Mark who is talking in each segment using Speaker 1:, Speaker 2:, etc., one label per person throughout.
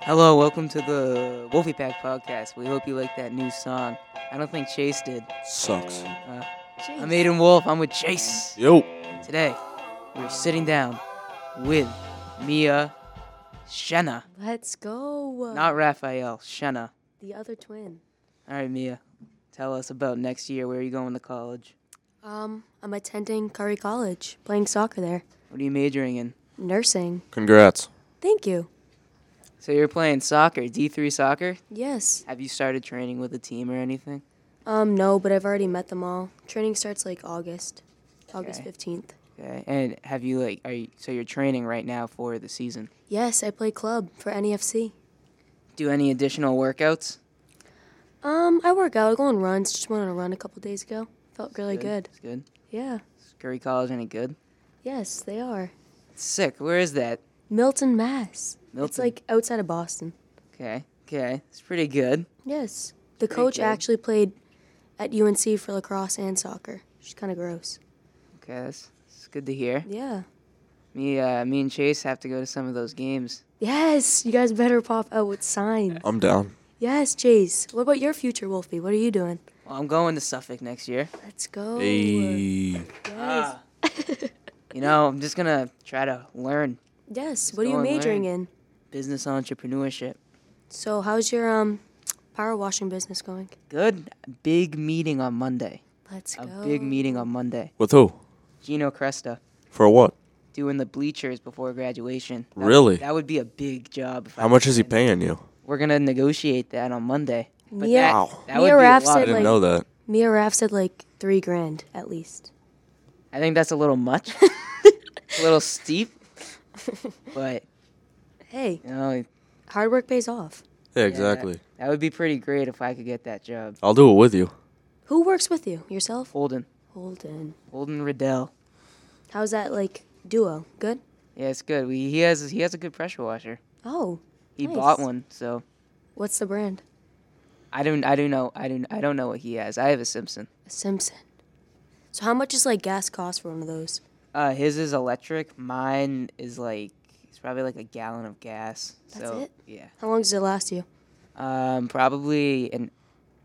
Speaker 1: Hello, welcome to the Wolfie Pack podcast. We hope you like that new song. I don't think Chase did.
Speaker 2: Sucks.
Speaker 1: I'm Aiden Wolf. I'm with Chase.
Speaker 2: Yo.
Speaker 1: Today, we're sitting down with Mia Shenna.
Speaker 3: Let's go.
Speaker 1: Not Raphael, Shenna.
Speaker 3: the other twin.
Speaker 1: All right, Mia, tell us about next year. Where are you going to college?
Speaker 3: Um, I'm attending Curry College, playing soccer there,
Speaker 1: What are you majoring in?
Speaker 3: nursing.
Speaker 2: Congrats.
Speaker 3: Thank you.
Speaker 1: So, you're playing soccer, D3 soccer.
Speaker 3: Yes.
Speaker 1: Have you started training with a team or anything?
Speaker 3: Um, no, but I've already met them all. Training starts like August, August
Speaker 1: Okay.
Speaker 3: 15th.
Speaker 1: Okay. And have you, like, are you, so you're training right now for the season?
Speaker 3: Yes, I play club for E NEFC.
Speaker 1: Do any additional workouts?
Speaker 3: Um, I work out. I go on runs. Just went on a run a couple days ago. Felt really good.
Speaker 1: It's good.
Speaker 3: Yeah.
Speaker 1: Is Curry College any good?
Speaker 3: Yes, they are.
Speaker 1: Sick. Where is that?
Speaker 3: Milton, Mass. It's
Speaker 1: Milton.
Speaker 3: like outside of Boston.
Speaker 1: Okay. Okay. It's pretty good.
Speaker 3: Yes. The coach
Speaker 1: good.
Speaker 3: actually played at UNC for lacrosse and soccer. She's kind of gross.
Speaker 1: Okay. That's, it's good to hear.
Speaker 3: Yeah.
Speaker 1: Me, uh, me and Chase have to go to some of those games.
Speaker 3: Yes, you guys better pop out with signs.
Speaker 2: I'm down.
Speaker 3: Yes, Chase. What about your future, Wolfie? What are you doing?
Speaker 1: Well, I'm going to Suffolk next year.
Speaker 3: Let's go.
Speaker 2: Hey.
Speaker 3: Yes.
Speaker 1: You know, I'm just gonna try to learn
Speaker 3: Yes. What are you
Speaker 1: go and
Speaker 3: majoring
Speaker 1: learn.
Speaker 3: in?
Speaker 1: business entrepreneurship.
Speaker 3: So, how's your um power washing business going?
Speaker 1: Good. Big meeting on Monday.
Speaker 3: Let's
Speaker 1: A
Speaker 3: go.
Speaker 1: big meeting on Monday.
Speaker 2: With who?
Speaker 1: Gino Cresta
Speaker 2: For what?
Speaker 1: doing the bleachers before graduation. That-
Speaker 2: Really?
Speaker 1: That would be a big job. If I
Speaker 2: How much is he paying you?
Speaker 1: We're gonna negotiate that on Monday. But
Speaker 3: Mia-
Speaker 1: that,
Speaker 2: Wow.
Speaker 1: that
Speaker 3: Mia
Speaker 1: would be a
Speaker 3: Raff
Speaker 1: lot.
Speaker 2: I
Speaker 3: said,
Speaker 2: didn't
Speaker 3: like-
Speaker 2: know that.
Speaker 3: Mia Raff said like three grand at least.
Speaker 1: I think that's a little much, a little steep, but
Speaker 3: Hey,
Speaker 1: you know
Speaker 3: hard work pays off.
Speaker 2: Yeah, exactly.
Speaker 1: that would be pretty great if I could get that job.
Speaker 2: I'll do it with you.
Speaker 3: Who works with you? Yourself?
Speaker 1: Holden,
Speaker 3: Holden.
Speaker 1: Holden Riddell.
Speaker 3: How's that like duo? Good.
Speaker 1: Yeah, it's good. We, he has he has a good pressure washer.
Speaker 3: Oh,
Speaker 1: He
Speaker 3: Nice.
Speaker 1: bought one, so
Speaker 3: what's the brand?
Speaker 1: I don't I don't know I don't I don't know what he has. I have a Simpson.
Speaker 3: A Simpson. So, how much is like gas cost for one of those?
Speaker 1: Uh, his is electric. Mine is like it's probably like a gallon of gas.
Speaker 3: That's
Speaker 1: so
Speaker 3: it?
Speaker 1: yeah,
Speaker 3: How long does it last you?
Speaker 1: um, probably an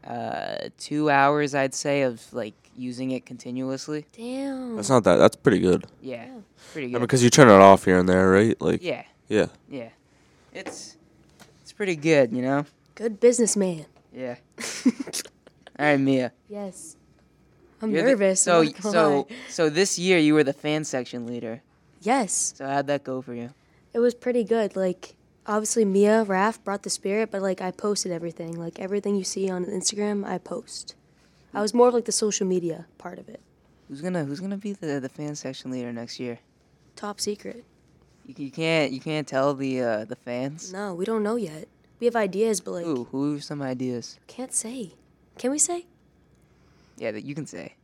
Speaker 1: uh two hours I'd say of like using it continuously.
Speaker 3: Damn.
Speaker 2: That's not that. That's pretty good.
Speaker 1: Yeah,
Speaker 3: Yeah.
Speaker 1: pretty
Speaker 2: I mean,
Speaker 1: good.
Speaker 2: because you turn it off here and there, right? Like, yeah.
Speaker 1: Yeah. Yeah. It's it's pretty good, you know?
Speaker 3: Good businessman.
Speaker 1: Yeah. All right, Mia.
Speaker 3: yes. I'm
Speaker 1: You're the-
Speaker 3: nervous.
Speaker 1: so
Speaker 3: I'm not gonna
Speaker 1: so
Speaker 3: lie.
Speaker 1: so this year you were the fan section leader.
Speaker 3: yes,
Speaker 1: So how'd that go for you?
Speaker 3: it was pretty good. Like obviously Mia Raff brought the spirit, but like I posted everything. Like everything you see on Instagram, I post. I was more of like the social media part of it.
Speaker 1: Who's gonna who's gonna be the, the fan section leader next year?
Speaker 3: Top secret.
Speaker 1: You, you can't you can't tell the uh, the fans.
Speaker 3: No, we don't know yet. We have ideas, but like
Speaker 1: Who who are some ideas?
Speaker 3: can't say. Can we say?
Speaker 1: Yeah, that you can say.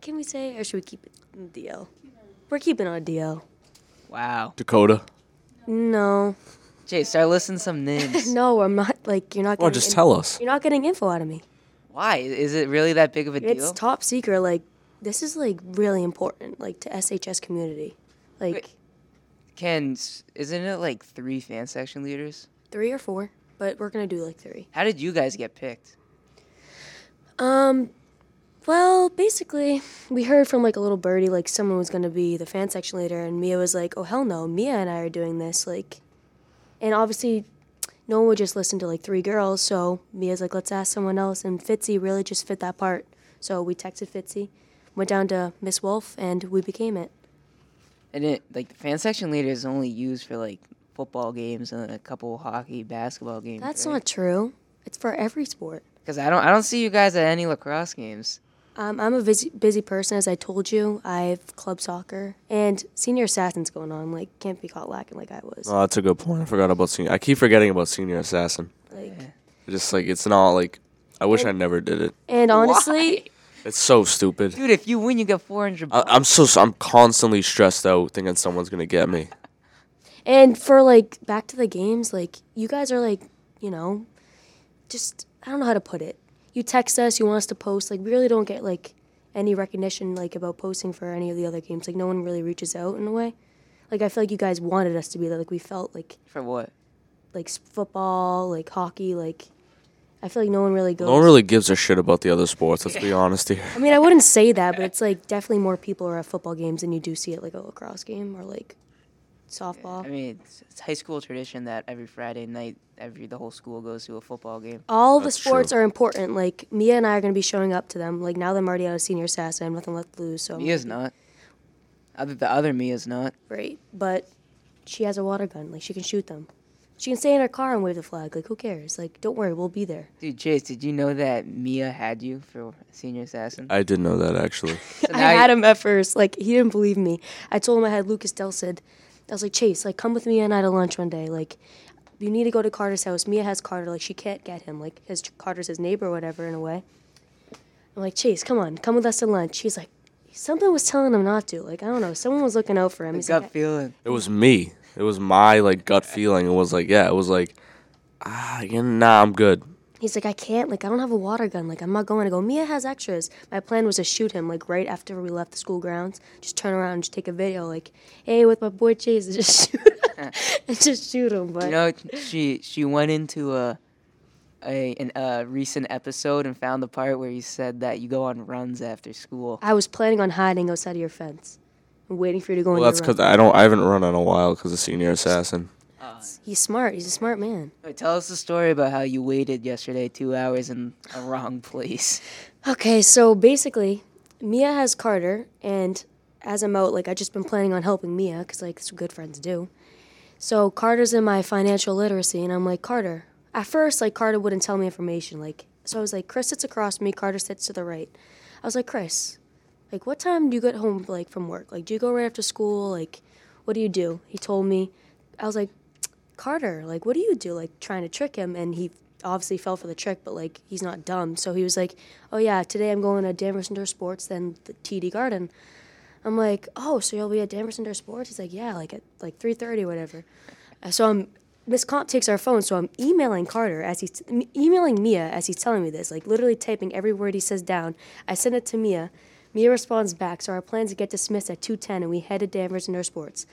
Speaker 3: Can we say, or should we keep it in DL? We're keeping on DL.
Speaker 1: Wow.
Speaker 2: Dakota.
Speaker 3: No,
Speaker 1: Jay, start listing some names.
Speaker 3: no, I'm not. Like you're not.
Speaker 2: Well,
Speaker 3: getting
Speaker 2: just
Speaker 3: in-
Speaker 2: tell us.
Speaker 3: You're not getting info out of me.
Speaker 1: Why is it really that big of a
Speaker 3: It's
Speaker 1: deal?
Speaker 3: top secret. Like this is like really important, like to SHS community. Like
Speaker 1: Wait. can s- isn't it like three fan section leaders?
Speaker 3: three or four, but we're gonna do like three.
Speaker 1: How did you guys get picked?
Speaker 3: Um, well, basically, we heard from like a little birdie, like someone was gonna be the fan section leader, and Mia was like, "Oh hell no, Mia and I are doing this." Like, and obviously, no one would just listen to like three girls, so Mia's like, "Let's ask someone else," and Fitzy really just fit that part. So we texted Fitzy, went down to Miss Wolf, and we became it.
Speaker 1: And it like the fan section leader is only used for like football games and a couple hockey, basketball games.
Speaker 3: That's not true. It's for every sport.
Speaker 1: because I don't I don't see you guys at any lacrosse games.
Speaker 3: Um, I'm a busy, busy person, as I told you. I've club soccer and senior assassins going on. Like, can't be caught lacking like I was.
Speaker 2: Oh, that's a good point. I forgot about senior. I keep forgetting about senior assassin.
Speaker 3: Like,
Speaker 2: Just like it's not like. I wish I never did it.
Speaker 3: and honestly,
Speaker 2: It's so stupid.
Speaker 1: Dude, if you win, you get four hundred.
Speaker 2: I, I'm so I'm constantly stressed out, thinking someone's gonna get me.
Speaker 3: and for like back to the games, like you guys are like, you know, just I don't know how to put it. You text us, you want us to post. Like, we really don't get like any recognition like about posting for any of the other games. Like, no Uh, one really reaches out in a way. Like, I feel like you guys wanted us to be there. Like, we felt like
Speaker 1: for what?
Speaker 3: like s- football, like hockey, like I feel like no one really goes.
Speaker 2: No one really gives a shit about the other sports. Let's be honest here.
Speaker 3: I mean, I wouldn't say that, but it's like definitely more people are at football games than you do see at like a lacrosse game or like softball.
Speaker 1: I mean, it's, it's high school tradition that every Friday night, every the whole school goes to a football game.
Speaker 3: All the
Speaker 2: That's
Speaker 3: sports
Speaker 2: true.
Speaker 3: are important. Like Mia and I are going to be showing up to them. Like now that I'm already out of senior SAS, I have nothing left to lose. So I'm
Speaker 1: Mia's not. Other the other Mia's not.
Speaker 3: great, but she has a water gun. Like she can shoot them. She can stay in her car and wave the flag. Like who cares? Like don't worry, we'll be there.
Speaker 1: Dude, Chase, did you know that Mia had you for senior assassin?
Speaker 2: I did know that actually.
Speaker 1: So
Speaker 3: I
Speaker 1: now you-
Speaker 3: had him at first. Like he didn't believe me. I told him I had Lucas Delsid. I was like, Chase, like come with Mia and I to lunch one day. Like you need to go to Carter's house. Mia has Carter. Like she can't get him. Like his Carter's his neighbor or whatever in a way. I'm like, Chase, come on, come with us to lunch. He's like, something was telling him not to. Like I don't know. Someone was looking out for him. He's
Speaker 1: gut
Speaker 3: like,
Speaker 1: feeling.
Speaker 2: It was me. It was my like gut feeling. It was like yeah. It was like ah yeah, nah I'm good.
Speaker 3: He's like, I can't, like, I don't have a water gun. Like, I'm not going to go. Mia has extras. My plan was to shoot him, like, right after we left the school grounds. Just turn around and just take a video, like, hey, with my boy Chase, and just shoot him. and just shoot him. But
Speaker 1: You know, she she went into a a an, a recent episode and found the part where you said that you go on runs after school.
Speaker 3: I was planning on hiding outside of your fence and waiting for you to go
Speaker 2: Well,
Speaker 3: in
Speaker 2: that's
Speaker 3: your
Speaker 2: because
Speaker 3: room.
Speaker 2: I don't. I haven't run in a while because of senior assassin.
Speaker 3: He's smart. He's a smart man.
Speaker 1: Wait, tell us the story about how you waited yesterday two hours in a wrong place.
Speaker 3: Okay, so basically, Mia has Carter, and as I'm out, like I've just been planning on helping Mia because like that's what good friends do. So Carter's in my financial literacy, and I'm like Carter. At first, like Carter wouldn't tell me information. Like so, I was like Chris sits across me, Carter sits to the right. I was like Chris, like what time do you get home like from work? Like do you go right after school? Like what do you do? He told me. I was like Carter, like, what do you do? Like, trying to trick him. And he obviously fell for the trick, but, like, he's not dumb. So he was like, oh, yeah, today I'm going to Danvers Indoor Sports, then the TD Garden. I'm like, oh, so you'll be at Danvers Indoor Sports? He's like, yeah, like at like 3.30 or whatever. Uh, So I'm, Miss Comp takes our phone, so I'm emailing Carter as he's, m- emailing Mia as he's telling me this, like literally typing every word he says down. I send it to Mia. Mia responds back, so our plans get dismissed at 2.10 and we head to Danvers Indoor Sports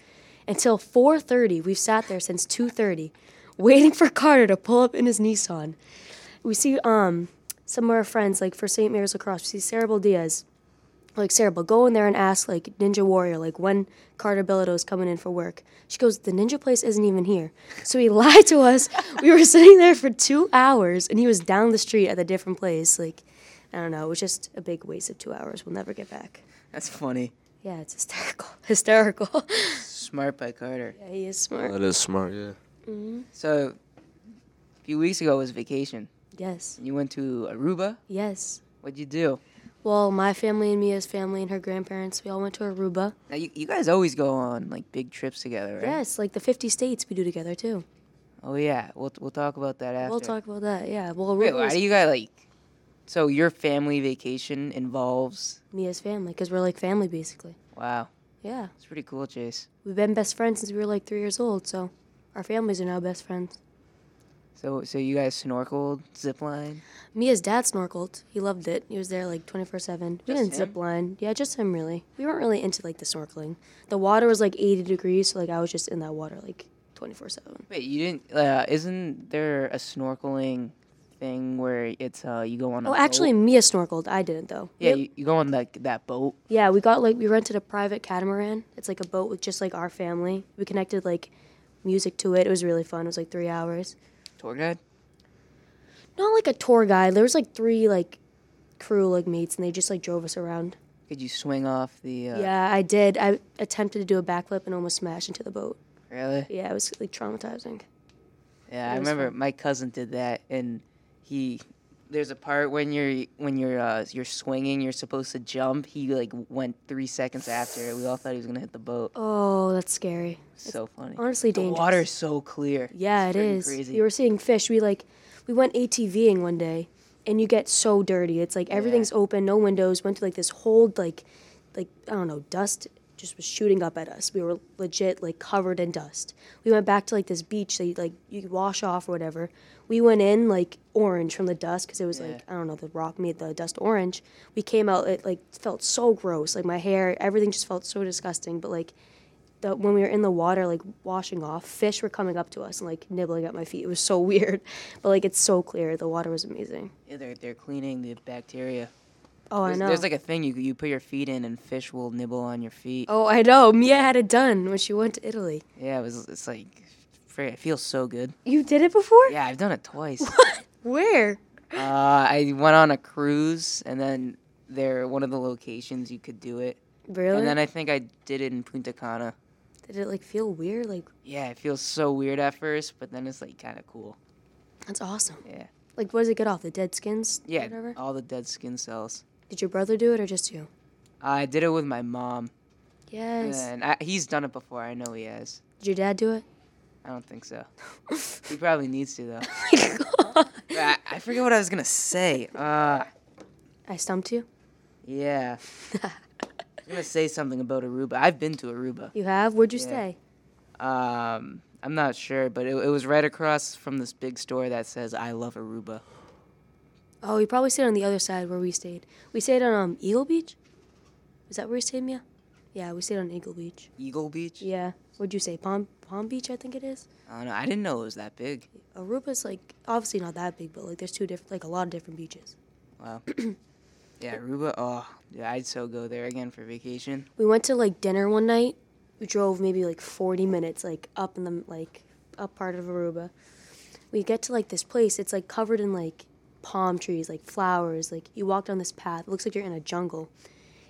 Speaker 3: until 4:30. We've sat there since 2:30, waiting for Carter to pull up in his Nissan. We see um some of our friends like for St. Mary's lacrosse. We see Cerebral Diaz, like Cerebral, go in there and ask like Ninja Warrior like when Carter Bilodeau's coming in for work. She goes, the Ninja place isn't even here. So he lied to us. we were sitting there for two hours, and he was down the street at a different place. Like I don't know, it was just a big waste of two hours. We'll never get back.
Speaker 1: That's funny.
Speaker 3: Yeah, it's hysterical. Hysterical.
Speaker 1: Smart by Carter.
Speaker 3: yeah, he is smart.
Speaker 2: That is smart. Yeah.
Speaker 1: So, a few weeks ago was vacation.
Speaker 3: Yes.
Speaker 1: You went to Aruba.
Speaker 3: Yes.
Speaker 1: What'd you do?
Speaker 3: Well, my family and Mia's family and her grandparents, we all went to Aruba.
Speaker 1: Now you, you guys always go on like big trips together, right?
Speaker 3: Yes, like the 50 states we do together too.
Speaker 1: Oh yeah, we'll we'll talk about that after.
Speaker 3: We'll talk about that. Yeah. Well,
Speaker 1: Wait,
Speaker 3: Aruba
Speaker 1: why
Speaker 3: was
Speaker 1: do you guys like? So your family vacation involves?
Speaker 3: Mia's family because we're like family basically.
Speaker 1: Wow,
Speaker 3: Yeah.
Speaker 1: it's pretty cool, Chase.
Speaker 3: We've been best friends since we were like three years old, so our families are now best friends.
Speaker 1: So so you guys snorkeled, zipline.
Speaker 3: Mia's dad snorkeled. He loved it. He was there like 24 7. We
Speaker 1: Just
Speaker 3: didn't
Speaker 1: him?
Speaker 3: zip line. Yeah, just him really. We weren't really into like the snorkeling. The water was like 80 degrees, so like I was just in that water like 24 7.
Speaker 1: Wait, you didn't? Uh, isn't there a snorkeling thing where it's uh you go on? a
Speaker 3: Oh, actually,
Speaker 1: boat?
Speaker 3: Mia snorkeled. I didn't though.
Speaker 1: yeah, you, you go on like that boat.
Speaker 3: Yeah, we got like we rented a private catamaran. It's like a boat with just like our family. We connected like music to it. It was really fun. It was like three hours.
Speaker 1: Tour guide.
Speaker 3: Not like a tour guide. There was like three like crew like mates, and they just like drove us around.
Speaker 1: Could you swing off the? Uh,
Speaker 3: Yeah, I did. I attempted to do a backflip and almost smashed into the boat.
Speaker 1: Really?
Speaker 3: Yeah, it was like traumatizing.
Speaker 1: Yeah,
Speaker 3: It
Speaker 1: I
Speaker 3: was
Speaker 1: remember my cousin did that, and he there's a part when you're when you're uh, you're swinging, you're supposed to jump. He like went three seconds after. We all thought he was gonna hit the boat.
Speaker 3: Oh, that's scary.
Speaker 1: So funny.
Speaker 3: Honestly,
Speaker 1: The
Speaker 3: dangerous.
Speaker 1: water's so clear.
Speaker 3: Yeah,
Speaker 1: It's
Speaker 3: it
Speaker 1: pretty
Speaker 3: is.
Speaker 1: Crazy.
Speaker 3: We were seeing fish. We like, we went ATVing one day, and you get so dirty. It's like everything's open, no windows. Went to like this whole like, like I don't know, dust just was shooting up at us. We were legit like covered in dust. We went back to like this beach that you, like you could wash off or whatever. We went in like orange from the dust because it was like I don't know, the rock made the dust orange. We came out, it like felt so gross. Like my hair, everything just felt so disgusting. But like the, when we were in the water, like washing off, fish were coming up to us and like nibbling at my feet. It was so weird, but like it's so clear. The water was amazing.
Speaker 1: Yeah, they're they're cleaning the bacteria.
Speaker 3: Oh,
Speaker 1: There's,
Speaker 3: I know.
Speaker 1: there's like a thing you you put your feet in and fish will nibble on your feet.
Speaker 3: oh, I know. Mia had it done when she went to Italy.
Speaker 1: Yeah, it was it's like fr- it feels so good.
Speaker 3: You did it before?
Speaker 1: Yeah, I've done it twice.
Speaker 3: Where?
Speaker 1: uh, I went on a cruise and then there one of the locations you could do it.
Speaker 3: Really?
Speaker 1: And then I think I did it in Punta Cana.
Speaker 3: did it like feel weird? Like
Speaker 1: Yeah, it feels so weird at first, but then it's like kind of cool.
Speaker 3: that's awesome.
Speaker 1: Yeah.
Speaker 3: Like what does it get off? The dead skins?
Speaker 1: Yeah,
Speaker 3: Whatever.
Speaker 1: all the dead skin cells.
Speaker 3: Did your brother do it or just you?
Speaker 1: I did it with my mom,
Speaker 3: Yes.
Speaker 1: and I, he's done it before. I know he has.
Speaker 3: Did your dad do it?
Speaker 1: I don't think so. he probably needs to though.
Speaker 3: Oh God.
Speaker 1: I, I forget what I was gonna say. Uh,
Speaker 3: I stumped you.
Speaker 1: yeah. I'm gonna say something about Aruba. I've been to Aruba.
Speaker 3: You have? Where'd you
Speaker 1: Yeah.
Speaker 3: stay?
Speaker 1: Um, I'm not sure, but it, it was right across from this big store that says "I love Aruba."
Speaker 3: Oh, you probably stayed on the other side where we stayed. We stayed on um, Eagle Beach. Is that where we stayed, Mia? Yeah, we stayed on Eagle Beach.
Speaker 1: Eagle Beach.
Speaker 3: Yeah. What'd you say? Palm Palm Beach, I think it is.
Speaker 1: I don't know. I didn't know it was that big.
Speaker 3: Aruba's like obviously not that big, but like there's two different, like a lot of different beaches.
Speaker 1: Wow. yeah, Aruba. Oh, yeah. I'd so go there again for vacation.
Speaker 3: We went to like dinner one night. We drove maybe like 40 minutes, like up in the like up part of Aruba. We get to like this place. It's like covered in like palm trees, like flowers. Like you walk down this path. It looks like you're in a jungle.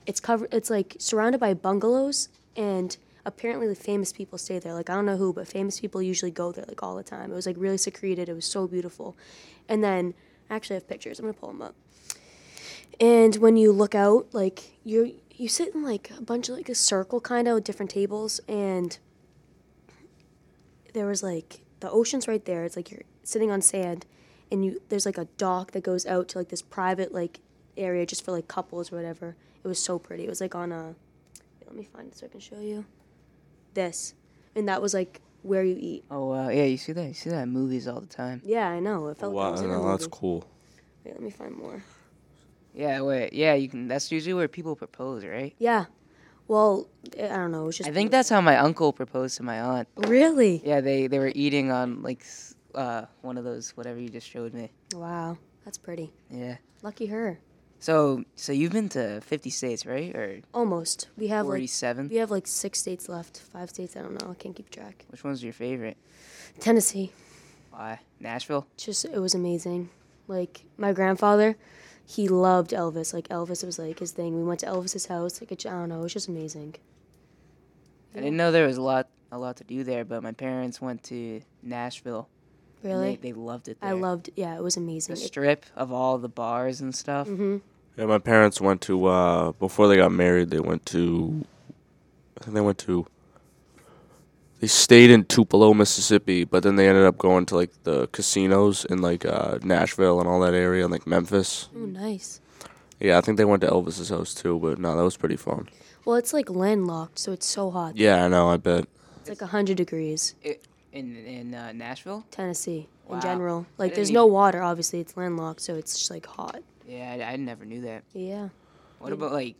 Speaker 3: It's covered. It's like surrounded by bungalows, and apparently the famous people stay there. Like I don't know who, but famous people usually go there like all the time. It was like really secreted. It was so beautiful. And then actually I have pictures. I'm gonna pull them up and when you look out like you you sit in like a bunch of like a circle kind of with different tables and there was like the ocean's right there it's like you're sitting on sand and you there's like a dock that goes out to like this private like area just for like couples or whatever it was so pretty it was like on a let me find it so i can show you this and that was like where you eat
Speaker 1: Oh wow. Yeah, you see that. You see that in movies all the time.
Speaker 3: yeah i know it felt like I
Speaker 2: Wow,
Speaker 3: was in a
Speaker 2: no, that's
Speaker 3: movie.
Speaker 2: cool.
Speaker 3: Wait, let me find more
Speaker 1: Yeah. Wait. Yeah. You can. That's usually where people propose, right?
Speaker 3: yeah well i don't know it was just
Speaker 1: I think that's how my uncle proposed to my aunt.
Speaker 3: really
Speaker 1: Yeah, they they were eating on like s- uh, one of those whatever you just showed me.
Speaker 3: Wow, that's pretty.
Speaker 1: Yeah.
Speaker 3: Lucky her.
Speaker 1: So so you've been to 50 states, right? Or
Speaker 3: Almost. We have like
Speaker 1: 47?
Speaker 3: we have like six states left. Five states. I don't know. I can't keep track.
Speaker 1: Which one's your favorite?
Speaker 3: Tennessee.
Speaker 1: Why? Nashville?
Speaker 3: Just it was amazing. Like my grandfather, he loved Elvis. Like Elvis was like his thing. We went to Elvis's house. Like it, I don't know. It was just amazing.
Speaker 1: I didn't know there was a lot a lot to do there, but my parents went to Nashville. and
Speaker 3: Really.
Speaker 1: They, they loved it there.
Speaker 3: I loved. Yeah, it was amazing.
Speaker 1: the
Speaker 3: It- Mm-hmm.
Speaker 1: strip of all the bars and stuff.
Speaker 2: Yeah, my parents went to uh before they got married. They went to, I think they went to. They stayed in Tupelo, Mississippi, but then they ended up going to like the casinos in like uh, Nashville and all that area, and like Memphis.
Speaker 3: oh, nice.
Speaker 2: Yeah, I think they went to Elvis's house too, but no, that was pretty fun.
Speaker 3: Well, it's like landlocked, so it's so hot.
Speaker 2: Yeah, I know. I bet.
Speaker 3: It's like hundred degrees.
Speaker 1: It, in in uh, Nashville?
Speaker 3: Tennessee
Speaker 1: Wow.
Speaker 3: in general.
Speaker 1: I
Speaker 3: Like
Speaker 1: didn't
Speaker 3: there's
Speaker 1: even-
Speaker 3: no water. Obviously, it's landlocked, so it's just like hot.
Speaker 1: Yeah, I, I never knew that.
Speaker 3: Yeah.
Speaker 1: What
Speaker 3: Mm.
Speaker 1: about like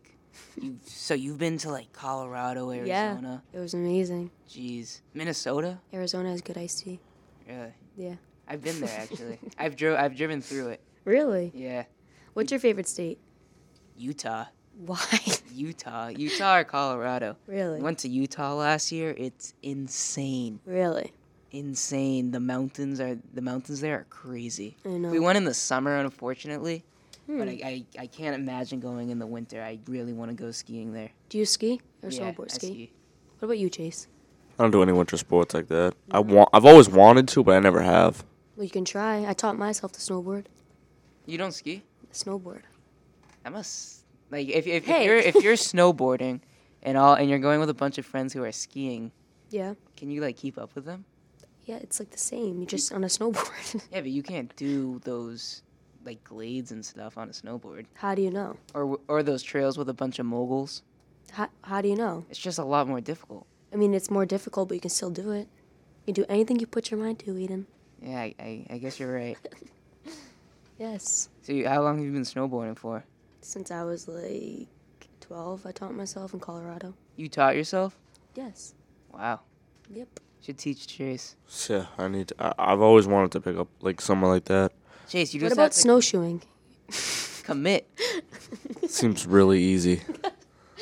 Speaker 1: you so you've been to like Colorado, Arizona,
Speaker 3: Yeah. It was amazing.
Speaker 1: jeez, Minnesota?
Speaker 3: Arizona has good iced tea.
Speaker 1: Really?
Speaker 3: Yeah.
Speaker 1: I've been there actually. I've drove. I've driven through it.
Speaker 3: Really?
Speaker 1: Yeah,
Speaker 3: What's your favorite state?
Speaker 1: Utah,
Speaker 3: Why?
Speaker 1: Utah, Utah or Colorado.
Speaker 3: really?
Speaker 1: Went to Utah last year. It's insane,
Speaker 3: Really?
Speaker 1: insane. The mountains are the mountains there are crazy.
Speaker 3: I know.
Speaker 1: We went in the summer, unfortunately,
Speaker 3: Hmm.
Speaker 1: but I, I I can't imagine going in the winter. I really want to go skiing there.
Speaker 3: Do you ski or
Speaker 1: yeah,
Speaker 3: snowboard
Speaker 1: I
Speaker 3: ski? What about you, Chase?
Speaker 2: I don't do any winter sports like that. I want. I've always wanted to, but I never have.
Speaker 3: Well, you can try. I taught myself to snowboard.
Speaker 1: You don't ski?
Speaker 3: Snowboard.
Speaker 1: I must like if if,
Speaker 3: Hey.
Speaker 1: if you're if you're snowboarding and all and you're going with a bunch of friends who are skiing,
Speaker 3: Yeah.
Speaker 1: can you like keep up with them?
Speaker 3: Yeah, it's like the same. You just on a snowboard.
Speaker 1: Yeah, but you can't do those like glades and stuff on a snowboard,
Speaker 3: how do you know?
Speaker 1: or w- or those trails with a bunch of moguls.
Speaker 3: How, how do you know?
Speaker 1: It's just a lot more difficult.
Speaker 3: I mean, it's more difficult, but you can still do it. You can do anything you put your mind to, Eden.
Speaker 1: Yeah, I, I, I guess you're right.
Speaker 3: Yes.
Speaker 1: So you, how long have you been snowboarding for?
Speaker 3: Since I was like 12, I taught myself in Colorado.
Speaker 1: You taught yourself?
Speaker 3: Yes.
Speaker 1: Wow.
Speaker 3: Yep.
Speaker 1: Should teach Chase.
Speaker 2: Yeah, I need. To, I, I've always wanted to pick up like someone like that.
Speaker 1: Chase, you
Speaker 3: What
Speaker 1: just
Speaker 3: about
Speaker 1: have to
Speaker 3: snowshoeing?
Speaker 1: commit.
Speaker 2: Seems really easy.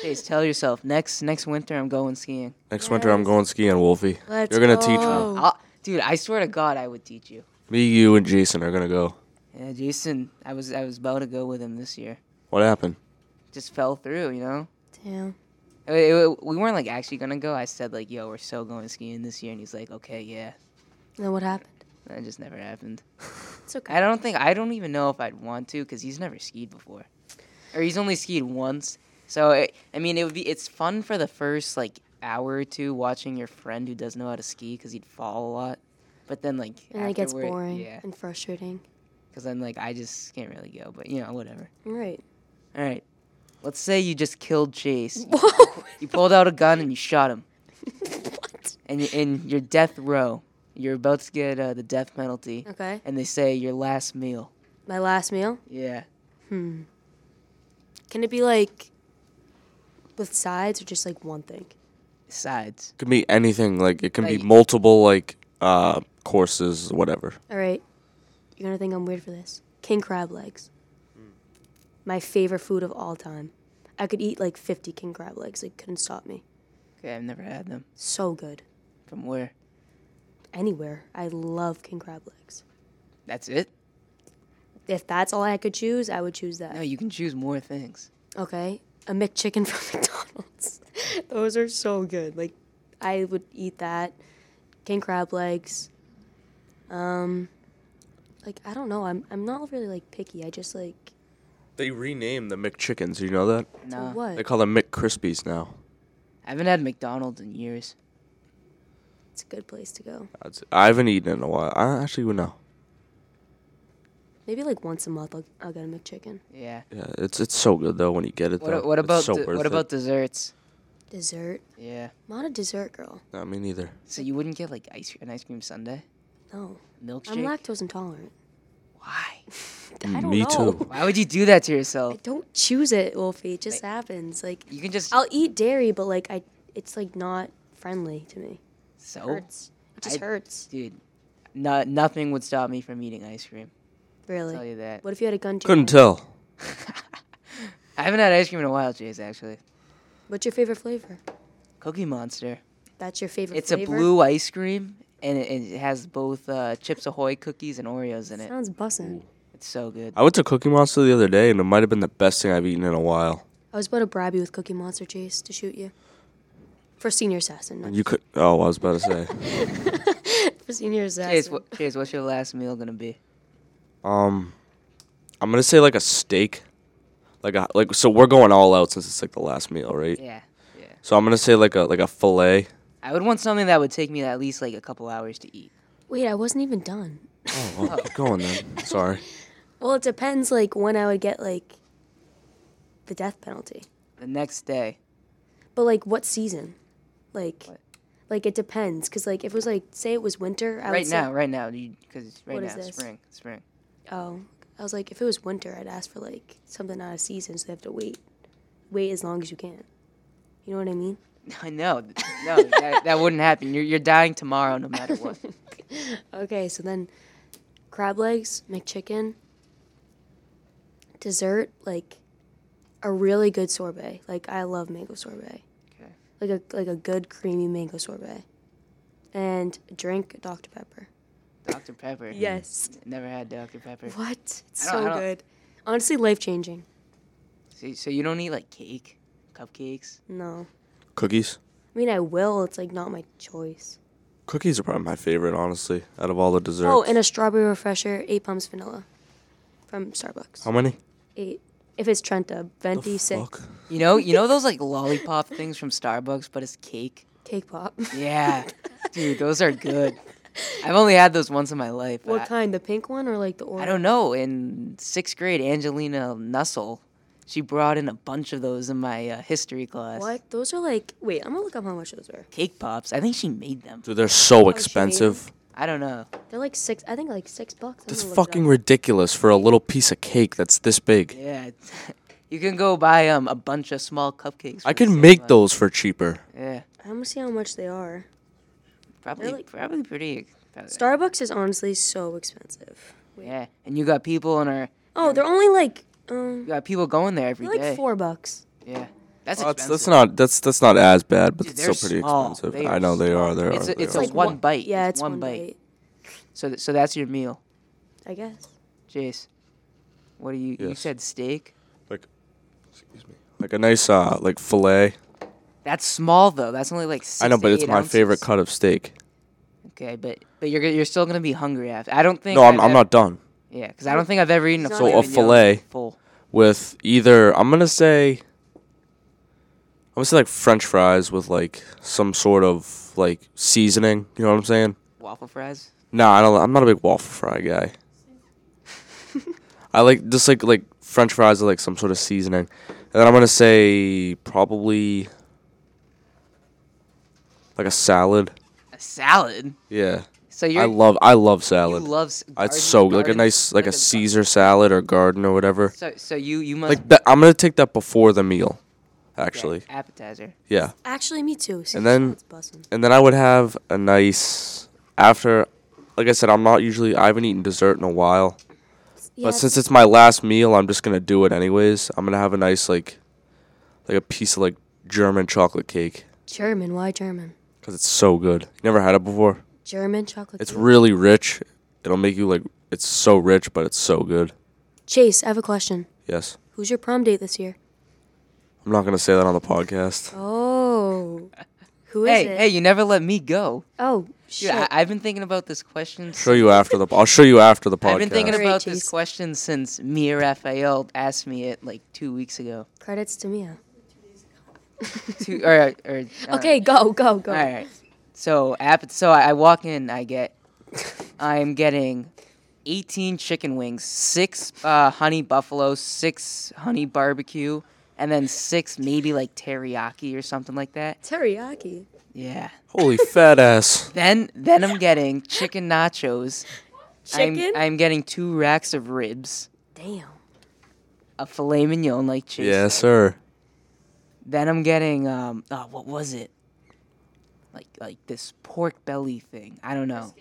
Speaker 1: Chase, tell yourself next next winter I'm going skiing.
Speaker 2: Next winter, I'm going skiing, Wolfie.
Speaker 3: Let's
Speaker 2: You're gonna teach
Speaker 3: go.
Speaker 2: me.
Speaker 1: I'll, dude, I swear to God, I would teach you.
Speaker 2: Me, you, and Jason are gonna go.
Speaker 1: Yeah, Jason, I was I was about to go with him this year.
Speaker 2: What happened?
Speaker 1: Just fell through, you know.
Speaker 3: Damn.
Speaker 1: It- it- we weren't like actually gonna go. I said like, "Yo, we're so going skiing this year," and he's like, "Okay, yeah."
Speaker 3: Then what happened?
Speaker 1: And it just never happened.
Speaker 3: It's okay.
Speaker 1: I don't think I don't even know if I'd want to because he's never skied before, or he's only skied once. So it, I mean, it would be it's fun for the first like hour or two watching your friend who doesn't know how to ski because he'd fall a lot. But then like
Speaker 3: And it gets
Speaker 1: afterward-
Speaker 3: boring
Speaker 1: Yeah,
Speaker 3: and frustrating.
Speaker 1: because then like I just can't really go. But you know, whatever.
Speaker 3: Right.
Speaker 1: All right, let's say you just killed Chase.
Speaker 3: Whoa.
Speaker 1: you pulled out a gun and you shot him.
Speaker 3: what?
Speaker 1: and you're in your death row. You're about to get uh, the death penalty,
Speaker 3: Okay.
Speaker 1: and they say your last meal.
Speaker 3: My last meal.
Speaker 1: Yeah,
Speaker 3: Hmm. Can it be like with sides or just like one thing?
Speaker 1: sides.
Speaker 2: It can be anything. Like it can
Speaker 1: Like-
Speaker 2: be multiple like uh courses, whatever.
Speaker 3: All right. You're gonna think I'm weird for this. King crab legs. My favorite food of all time. I could eat like 50 king crab legs. It couldn't stop me.
Speaker 1: Okay, I've never had them.
Speaker 3: So good.
Speaker 1: From where?
Speaker 3: Anywhere. I love king crab legs.
Speaker 1: That's it?
Speaker 3: If that's all I could choose, I would choose that.
Speaker 1: No, you can choose more things.
Speaker 3: Okay. A McChicken from McDonald's. Those are so good. Like, I would eat that. King crab legs. Um, like I don't know. I'm I'm not really like picky. I just like
Speaker 2: They renamed the McChickens. You know that?
Speaker 3: to
Speaker 1: No,
Speaker 2: They
Speaker 3: what?
Speaker 2: call them McCrispies now.
Speaker 1: I haven't had McDonald's in years.
Speaker 3: It's a good place to go.
Speaker 2: That's- I haven't eaten in a while. I actually would know.
Speaker 3: Maybe like once a month I'll, I'll get a McChicken.
Speaker 1: Yeah.
Speaker 2: Yeah, it's it's so good though when you get it.
Speaker 1: What,
Speaker 2: though.
Speaker 1: what
Speaker 2: It's
Speaker 1: about
Speaker 2: so
Speaker 1: de-
Speaker 2: worth
Speaker 1: what
Speaker 2: it.
Speaker 1: about desserts?
Speaker 3: Dessert?
Speaker 1: Yeah.
Speaker 3: I'm not a dessert girl.
Speaker 2: Nah, me neither.
Speaker 1: So you wouldn't get like ice an ice cream sundae,
Speaker 3: No,
Speaker 1: milkshake.
Speaker 3: I'm lactose intolerant.
Speaker 1: Why?
Speaker 3: I don't
Speaker 2: me
Speaker 3: know.
Speaker 2: too.
Speaker 1: Why would you do that to
Speaker 3: I
Speaker 1: yourself?
Speaker 3: don't choose it, Wolfie. It just happens. Like
Speaker 1: You can just
Speaker 3: I'll eat dairy, but like I, it's like not friendly to me.
Speaker 1: so
Speaker 3: Hurts. It just
Speaker 1: Oh. I-
Speaker 3: hurts.
Speaker 1: dude. No, nothing would stop me from eating ice cream.
Speaker 3: Really.
Speaker 1: Tell you that.
Speaker 3: What if you had a gun? to your
Speaker 2: Couldn't
Speaker 3: head?
Speaker 2: tell.
Speaker 1: I haven't had ice cream in a while, Chase. Actually,
Speaker 3: What's your favorite flavor?
Speaker 1: Cookie Monster.
Speaker 3: That's your favorite.
Speaker 1: It's
Speaker 3: flavor?
Speaker 1: a blue ice cream, and it, and it has both uh, Chips Ahoy cookies and Oreos in it.
Speaker 3: Sounds bussin'.
Speaker 1: It's so good.
Speaker 2: I went to Cookie Monster the other day, and it might have been the best thing I've eaten in a while.
Speaker 3: I was about to bribe you with Cookie Monster Chase to shoot you. For senior assassin. Not
Speaker 2: And you could. Oh, I was about to say.
Speaker 3: for senior assassin.
Speaker 1: Chase, what, Chase, what's your last meal gonna be?
Speaker 2: um, I'm gonna say like a steak, like a like. So we're going all out since it's like the last meal, right?
Speaker 1: Yeah, yeah.
Speaker 2: So I'm gonna say like a like a fillet.
Speaker 1: I would want something that would take me at least like a couple hours to eat.
Speaker 3: Wait, I wasn't even done.
Speaker 2: Oh, well, keep going then. Sorry.
Speaker 3: Well, it depends, like, when I would get, like, the death penalty.
Speaker 1: The next day,
Speaker 3: But, like, what season? Like,
Speaker 1: What?
Speaker 3: like it depends. Because, like, if it was, like, say it was winter, I
Speaker 1: right
Speaker 3: would say,
Speaker 1: now, right now, because right
Speaker 3: What
Speaker 1: now
Speaker 3: is this?
Speaker 1: spring, spring.
Speaker 3: Oh, I was like, if it was winter, I'd ask for, like, something out of season so they have to wait. Wait as long as you can. You know what I mean?
Speaker 1: I know, th- no, that, that wouldn't happen. You're you're dying tomorrow, no matter what.
Speaker 3: Okay, so then crab legs, McChicken, dessert, like a really good sorbet. Like I love mango sorbet.
Speaker 1: Okay.
Speaker 3: Like a like a good creamy mango sorbet. And drink Dr. Pepper.
Speaker 1: Dr Pepper.
Speaker 3: Yes.
Speaker 1: Never had Dr Pepper.
Speaker 3: What? It's
Speaker 1: I don't- I
Speaker 3: so
Speaker 1: don't-
Speaker 3: good. Honestly, life changing.
Speaker 1: So, so you don't eat like cake, cupcakes.
Speaker 3: No.
Speaker 2: Cookies.
Speaker 3: I mean I will, it's like not my choice.
Speaker 2: Cookies are probably my favorite, honestly, out of all the desserts.
Speaker 3: Oh, and a strawberry refresher, eight pumps vanilla. From Starbucks.
Speaker 1: Oh.
Speaker 2: how many?
Speaker 3: Eight. If it's Trenta, Venti
Speaker 2: Fuck.
Speaker 3: six
Speaker 1: You know, you know those like lollipop things from Starbucks, but it's cake.
Speaker 3: cake pop.
Speaker 1: Yeah, dude, those are good. I've only had those once in my life.
Speaker 3: What
Speaker 1: I,
Speaker 3: kind? The pink one or like the orange?
Speaker 1: I don't know. In sixth grade, Angelina Nussel, she brought in a bunch of those in my uh, history class.
Speaker 3: What? Those are like. Wait, I'm gonna look up how much those are.
Speaker 1: Cake pops. I think she made them.
Speaker 2: Dude, they're so
Speaker 3: made
Speaker 2: expensive.
Speaker 1: I don't know.
Speaker 3: They're like six. I think like six bucks. I'm
Speaker 2: That's
Speaker 3: gonna look it
Speaker 2: fucking
Speaker 3: up.
Speaker 2: ridiculous for a little piece of cake that's this big.
Speaker 1: Yeah, it's- you can go buy um a bunch of small cupcakes.
Speaker 2: I
Speaker 1: for the
Speaker 2: could
Speaker 1: same
Speaker 2: make
Speaker 1: amount.
Speaker 2: those for cheaper.
Speaker 1: Yeah,
Speaker 3: I want to see how much they are.
Speaker 1: Probably,
Speaker 3: Really?
Speaker 1: probably pretty. Probably,
Speaker 3: Starbucks is honestly so expensive.
Speaker 1: yeah, and you got people in our,
Speaker 3: Oh, they're only like um,
Speaker 1: you got people going there every
Speaker 3: they're
Speaker 1: day.
Speaker 3: like four bucks.
Speaker 1: Yeah, that's
Speaker 2: Oh, that's,
Speaker 1: expensive.
Speaker 2: that's not that's that's not as bad, but
Speaker 1: Dude,
Speaker 2: it's
Speaker 1: they're
Speaker 2: still pretty
Speaker 1: small.
Speaker 2: expensive.
Speaker 1: They
Speaker 2: I
Speaker 1: are
Speaker 2: know they are. They are.
Speaker 1: It's a-
Speaker 2: they
Speaker 1: it's
Speaker 2: are.
Speaker 1: a
Speaker 3: It's like
Speaker 1: one bite.
Speaker 3: Yeah,
Speaker 1: It's
Speaker 3: it's
Speaker 1: one
Speaker 3: one,
Speaker 1: bite.
Speaker 3: bite.
Speaker 1: So, th- so that's your meal,
Speaker 3: I guess.
Speaker 1: Jace. What do you? You
Speaker 2: Yes.
Speaker 1: said steak.
Speaker 2: like a nice uh like fillet.
Speaker 1: That's small though. That's only like. Six
Speaker 2: I know,
Speaker 1: to
Speaker 2: but it's
Speaker 1: eight
Speaker 2: my favorite
Speaker 1: ounces.
Speaker 2: cut of steak.
Speaker 1: Okay, but but you're go- you're still gonna be hungry after. I don't think.
Speaker 2: No, I'm
Speaker 1: I've
Speaker 2: I'm
Speaker 1: ev-
Speaker 2: not done
Speaker 1: Yeah, because I don't think I've ever eaten a
Speaker 3: So
Speaker 1: filet
Speaker 3: a
Speaker 1: mignon
Speaker 2: fillet-
Speaker 1: full.
Speaker 2: with either. I'm gonna say. I'm gonna say like French fries with like some sort of like seasoning. You know what I'm saying?
Speaker 1: Waffle fries.
Speaker 2: No, I don't. I'm not a big waffle fry guy. I like just like like French fries with like some sort of seasoning, and then I'm gonna say probably like a salad.
Speaker 1: A salad.
Speaker 2: Yeah,
Speaker 1: So you're.
Speaker 2: I love I love
Speaker 1: You
Speaker 2: salad.
Speaker 1: love. s- garden-
Speaker 2: It's so like a
Speaker 1: garden-
Speaker 2: nice like a
Speaker 1: gar-
Speaker 2: Caesar salad or garden or whatever.
Speaker 1: So so you you must
Speaker 2: Like that, I'm gonna take that before the meal, actually.
Speaker 1: appetizer.
Speaker 2: Yeah,
Speaker 3: Actually, me too. See,
Speaker 2: And then-
Speaker 3: it's bussin'.
Speaker 2: and then I would have a nice after. Like I said, I'm not usually I haven't eaten dessert in a while.
Speaker 3: Yeah,
Speaker 2: But since it's my last meal, I'm just gonna do it anyways. I'm gonna have a nice like, like a piece of like German chocolate cake
Speaker 3: German, why German?
Speaker 2: because it's so good. Never had it before.
Speaker 3: German chocolate.
Speaker 2: It's
Speaker 3: cake.
Speaker 2: really rich. It'll make you like. It's so rich, but it's so good.
Speaker 3: Chase, I have a question.
Speaker 2: Yes,
Speaker 3: Who's your prom date this year?
Speaker 2: I'm not gonna say that on the podcast.
Speaker 3: Oh, who is
Speaker 1: Hey
Speaker 3: it?
Speaker 1: hey, you never let me go.
Speaker 3: Oh
Speaker 1: Dude,
Speaker 3: shit.
Speaker 1: I, I've been thinking about this question.
Speaker 2: Show you after the. I'll show you after the podcast.
Speaker 1: I've been thinking
Speaker 3: Great,
Speaker 1: about this
Speaker 3: Jason.
Speaker 1: question since Mia Raphael asked me it like two weeks ago.
Speaker 3: Credits to Mia.
Speaker 1: Two or, or uh,
Speaker 3: Okay, go, go, go.
Speaker 1: All right. So app. So I, I walk in. I get. I'm getting. 18 chicken wings, six uh, honey buffalo, six honey barbecue, and then six maybe like teriyaki or something like that.
Speaker 3: Teriyaki.
Speaker 1: Yeah.
Speaker 2: Holy fat ass!
Speaker 1: Then then I'm getting chicken nachos.
Speaker 3: Chicken.
Speaker 1: I'm, I'm getting two racks of ribs,
Speaker 3: Damn.
Speaker 1: a filet mignon like cheese.
Speaker 2: Yes, sir.
Speaker 1: Then I'm getting um oh, what was it? Like like this pork belly thing. I don't know.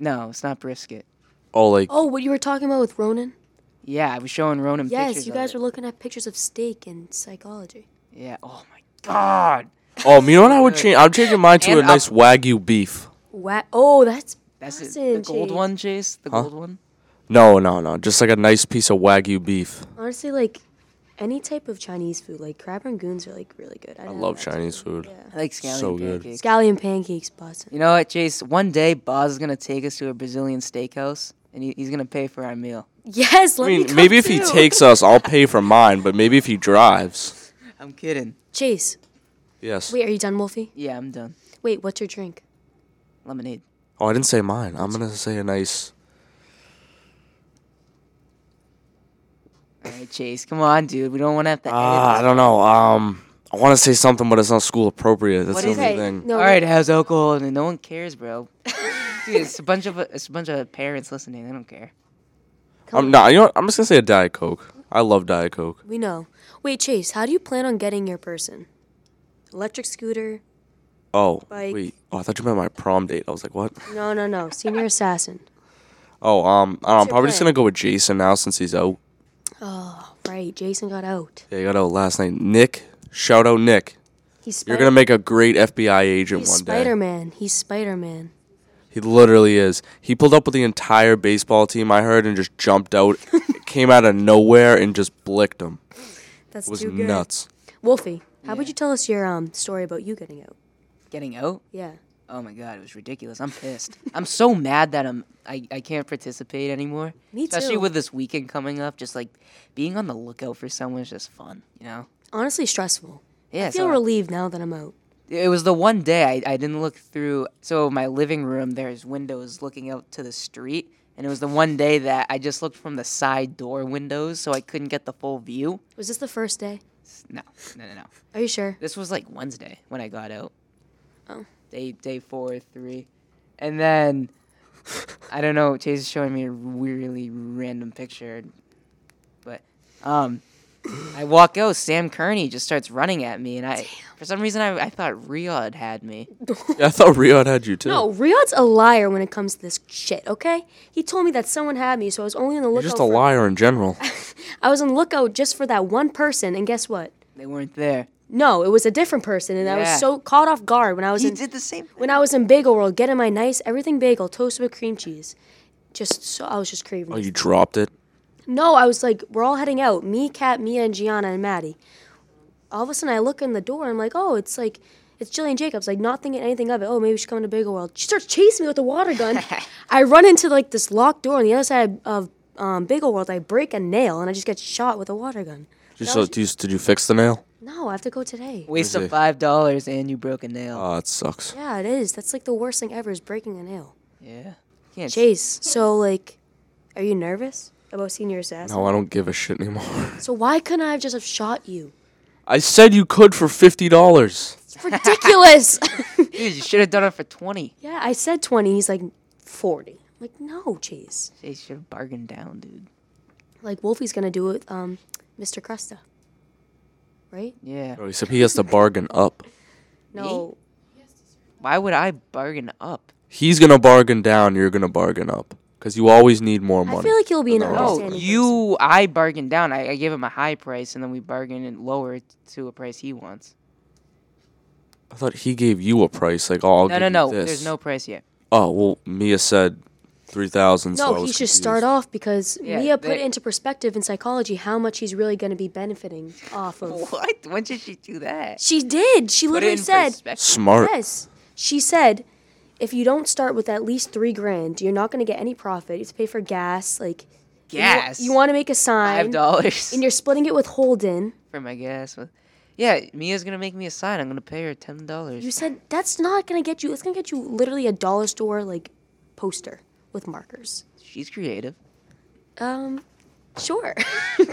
Speaker 1: No, it's not brisket.
Speaker 2: Oh, like
Speaker 3: Oh, what you were talking about with Ronan?
Speaker 1: Yeah, I was showing Ronan pictures.
Speaker 3: Yes, you guys
Speaker 1: of
Speaker 3: were looking at pictures of steak and psychology.
Speaker 1: it. Yeah. Oh my god.
Speaker 2: oh, you know what? I would change. I'm changing mine to
Speaker 1: And
Speaker 2: a nice wagyu beef.
Speaker 3: Wow. Oh, that's
Speaker 1: That's it. The
Speaker 3: Awesome,
Speaker 1: gold
Speaker 3: Jake.
Speaker 1: one, Chase. The
Speaker 2: Huh?
Speaker 1: gold one.
Speaker 2: No, no, no. Just like a nice piece of wagyu beef.
Speaker 3: honestly like any type of Chinese food. Like crab rangoons are like really good.
Speaker 2: I
Speaker 3: don't
Speaker 2: love
Speaker 3: know.
Speaker 2: Chinese food.
Speaker 3: Yeah.
Speaker 1: I like scallion
Speaker 2: So good.
Speaker 1: pancakes.
Speaker 3: Scallion pancakes, bussin'.
Speaker 1: You know what, Chase? One day, Boz is gonna take us to a Brazilian steakhouse, and he, he's gonna pay for our meal.
Speaker 3: Yes, let
Speaker 2: I
Speaker 3: me
Speaker 2: mean,
Speaker 3: come
Speaker 2: maybe if he
Speaker 3: too.
Speaker 2: takes us, I'll pay for mine. But maybe if he drives,
Speaker 1: I'm kidding.
Speaker 3: Chase.
Speaker 2: yes.
Speaker 3: Wait, are you done, Wolfie?
Speaker 1: Yeah, I'm done.
Speaker 3: Wait, what's your drink?
Speaker 1: Lemonade.
Speaker 2: Oh, I didn't say mine. I'm gonna say a nice.
Speaker 1: All right, Chase. Come on, dude. We don't want to have to. edit
Speaker 2: Ah,
Speaker 1: this.
Speaker 2: I don't know. Um, I want to say something, but it's not school appropriate. That's
Speaker 1: What
Speaker 2: the
Speaker 1: is
Speaker 2: only
Speaker 1: it?
Speaker 2: thing.
Speaker 3: No.
Speaker 1: All right, it has alcohol in it. No one cares, bro. Dude, it's a bunch of it's a bunch of parents listening. They don't care.
Speaker 3: come
Speaker 2: I'm
Speaker 3: on.
Speaker 2: not. You know what? I'm just gonna say a diet coke. I love diet coke.
Speaker 3: We know. Wait, Chase, how do you plan on getting your person? Electric scooter?
Speaker 2: Oh,
Speaker 3: Like-
Speaker 2: wait. Oh, I thought you meant my prom date. I was like, what?
Speaker 3: No, no, no. Senior assassin.
Speaker 2: Oh, um, I don't know, I'm
Speaker 3: your
Speaker 2: probably just
Speaker 3: plan?
Speaker 2: gonna go with Jason now since he's out.
Speaker 3: Oh, right. Jason got out.
Speaker 2: Yeah, he got out last night. Nick, shout out Nick.
Speaker 3: He's
Speaker 2: You're
Speaker 3: Spider-
Speaker 2: gonna make a great FBI agent
Speaker 3: He's
Speaker 2: one day.
Speaker 3: Spider Man. He's Spider Man.
Speaker 2: He literally is. He pulled up with the entire baseball team I heard and just jumped out, came out of nowhere and just blicked him.
Speaker 3: That's
Speaker 2: It was
Speaker 3: too good.
Speaker 2: nuts.
Speaker 3: Wolfie, how would you tell us your um story about you getting out?
Speaker 1: Getting out?
Speaker 3: Yeah.
Speaker 1: Oh my god, it was ridiculous. I'm pissed. I'm so mad that I'm I, I can't participate anymore.
Speaker 3: Me
Speaker 1: Especially
Speaker 3: too.
Speaker 1: with this weekend coming up, just like being on the lookout for someone is just fun, you know?
Speaker 3: Honestly, stressful.
Speaker 1: Yeah,
Speaker 3: I feel
Speaker 1: so-
Speaker 3: relieved now that I'm out.
Speaker 1: it was the one day I, I didn't look through so my living room there's windows looking out to the street and it was the one day that i just looked from the side door windows so i couldn't get the full view
Speaker 3: Was this the first day?
Speaker 1: S- no no no no
Speaker 3: Are you sure?
Speaker 1: this was like wednesday when i got out
Speaker 3: Oh.
Speaker 1: day day four three and then i don't know chase is showing me a really random picture but um I walk out. Sam Kearney just starts running at me, and I, for some reason, I, I thought Riyadh had me.
Speaker 2: Yeah, I thought Rion had you too.
Speaker 3: No, Riyadh's a liar when it comes to this shit, okay? He told me that someone had me, so I was only on the
Speaker 2: You're
Speaker 3: lookout.
Speaker 2: just a
Speaker 3: for-
Speaker 2: liar in general.
Speaker 3: I was on the lookout just for that one person, and guess what?
Speaker 1: They weren't there.
Speaker 3: No, it was a different person, and I
Speaker 1: Yeah.
Speaker 3: was so caught off guard when I was
Speaker 1: He
Speaker 3: in
Speaker 1: did the same.
Speaker 3: when I was in Bagel World getting my nice everything bagel toasted with cream cheese. Just so I was just craving.
Speaker 2: Oh,
Speaker 3: it.
Speaker 2: you dropped it.
Speaker 3: No, I was like, we're all heading out. Me, Kat, Mia, and Gianna and Maddie. All of a sudden, I look in the door. I'm like, oh, it's like, it's Jillian Jacobs. Like, not thinking anything of it. Oh, maybe we should come into Bagel World. She starts chasing me with a water gun. I run into like this locked door on the other side of um, Bagel World. I break a nail and I just get shot with a water gun.
Speaker 2: Did you,
Speaker 3: That
Speaker 2: so,
Speaker 3: was-
Speaker 2: did, you, did you fix the nail?
Speaker 3: No, I have to go today.
Speaker 1: Waste
Speaker 2: see.
Speaker 1: of five dollars, and you broke a nail.
Speaker 2: Oh, it sucks.
Speaker 3: Yeah, it is. That's like the worst thing ever is breaking a nail.
Speaker 1: yeah. Can't.
Speaker 3: Chase, so like, are you nervous about seeing your assassin?
Speaker 2: No, I don't give a shit anymore.
Speaker 3: So why couldn't I have just have shot you?
Speaker 2: I said you could for fifty dollars.
Speaker 3: It's ridiculous.
Speaker 1: Dude, you should have done it for twenty.
Speaker 3: Yeah, I said 20. He's like, 40. I'm like, no, Chase.
Speaker 1: They should have bargained down, dude.
Speaker 3: Like, Wolfie's going to do it with um, Mr. Cresta. Right?
Speaker 1: Yeah.
Speaker 2: No, except Oh, he has to bargain up.
Speaker 3: No.
Speaker 1: Why would I bargain up?
Speaker 2: He's gonna bargain down. You're gonna bargain up because you always need more money.
Speaker 3: I feel like he'll be an
Speaker 2: No,
Speaker 1: No,
Speaker 3: understanding. person.
Speaker 1: you. I bargained down. I, I gave him a high price, and then we bargained it lower t- to a price he wants.
Speaker 2: I thought he gave you a price. Like, oh, I'll
Speaker 1: No,
Speaker 2: give
Speaker 1: no,
Speaker 2: you
Speaker 1: no.
Speaker 2: this.
Speaker 1: There's no price yet.
Speaker 2: Oh well, Mia said three thousand. so I
Speaker 3: No,
Speaker 2: was
Speaker 3: he should
Speaker 2: confused.
Speaker 3: start off because
Speaker 1: Yeah,
Speaker 3: Mia put
Speaker 1: they-
Speaker 3: into perspective in psychology how much he's really going to be benefiting off of.
Speaker 1: What? When did she do that?
Speaker 3: She did. She
Speaker 1: Put it
Speaker 3: literally
Speaker 1: in
Speaker 3: said,
Speaker 1: perspective.
Speaker 2: Smart.
Speaker 3: yes. She said, if you don't start with at least three grand, you're not going to get any profit. You have to pay for gas. Like, you wa-
Speaker 1: Gas.
Speaker 3: You, want to make a sign.
Speaker 1: Five dollars
Speaker 3: And you're splitting it with Holden.
Speaker 1: for my gas. Yeah, Mia's gonna make me a sign. I'm gonna pay her ten
Speaker 3: You
Speaker 1: dollars.
Speaker 3: said that's not gonna get you. It's gonna get you literally a dollar store like poster with markers.
Speaker 1: She's creative.
Speaker 3: Um, sure.
Speaker 1: All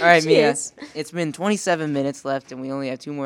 Speaker 1: right,
Speaker 3: She
Speaker 1: Mia.
Speaker 3: is.
Speaker 1: It's been 27 minutes left, and we only have two more.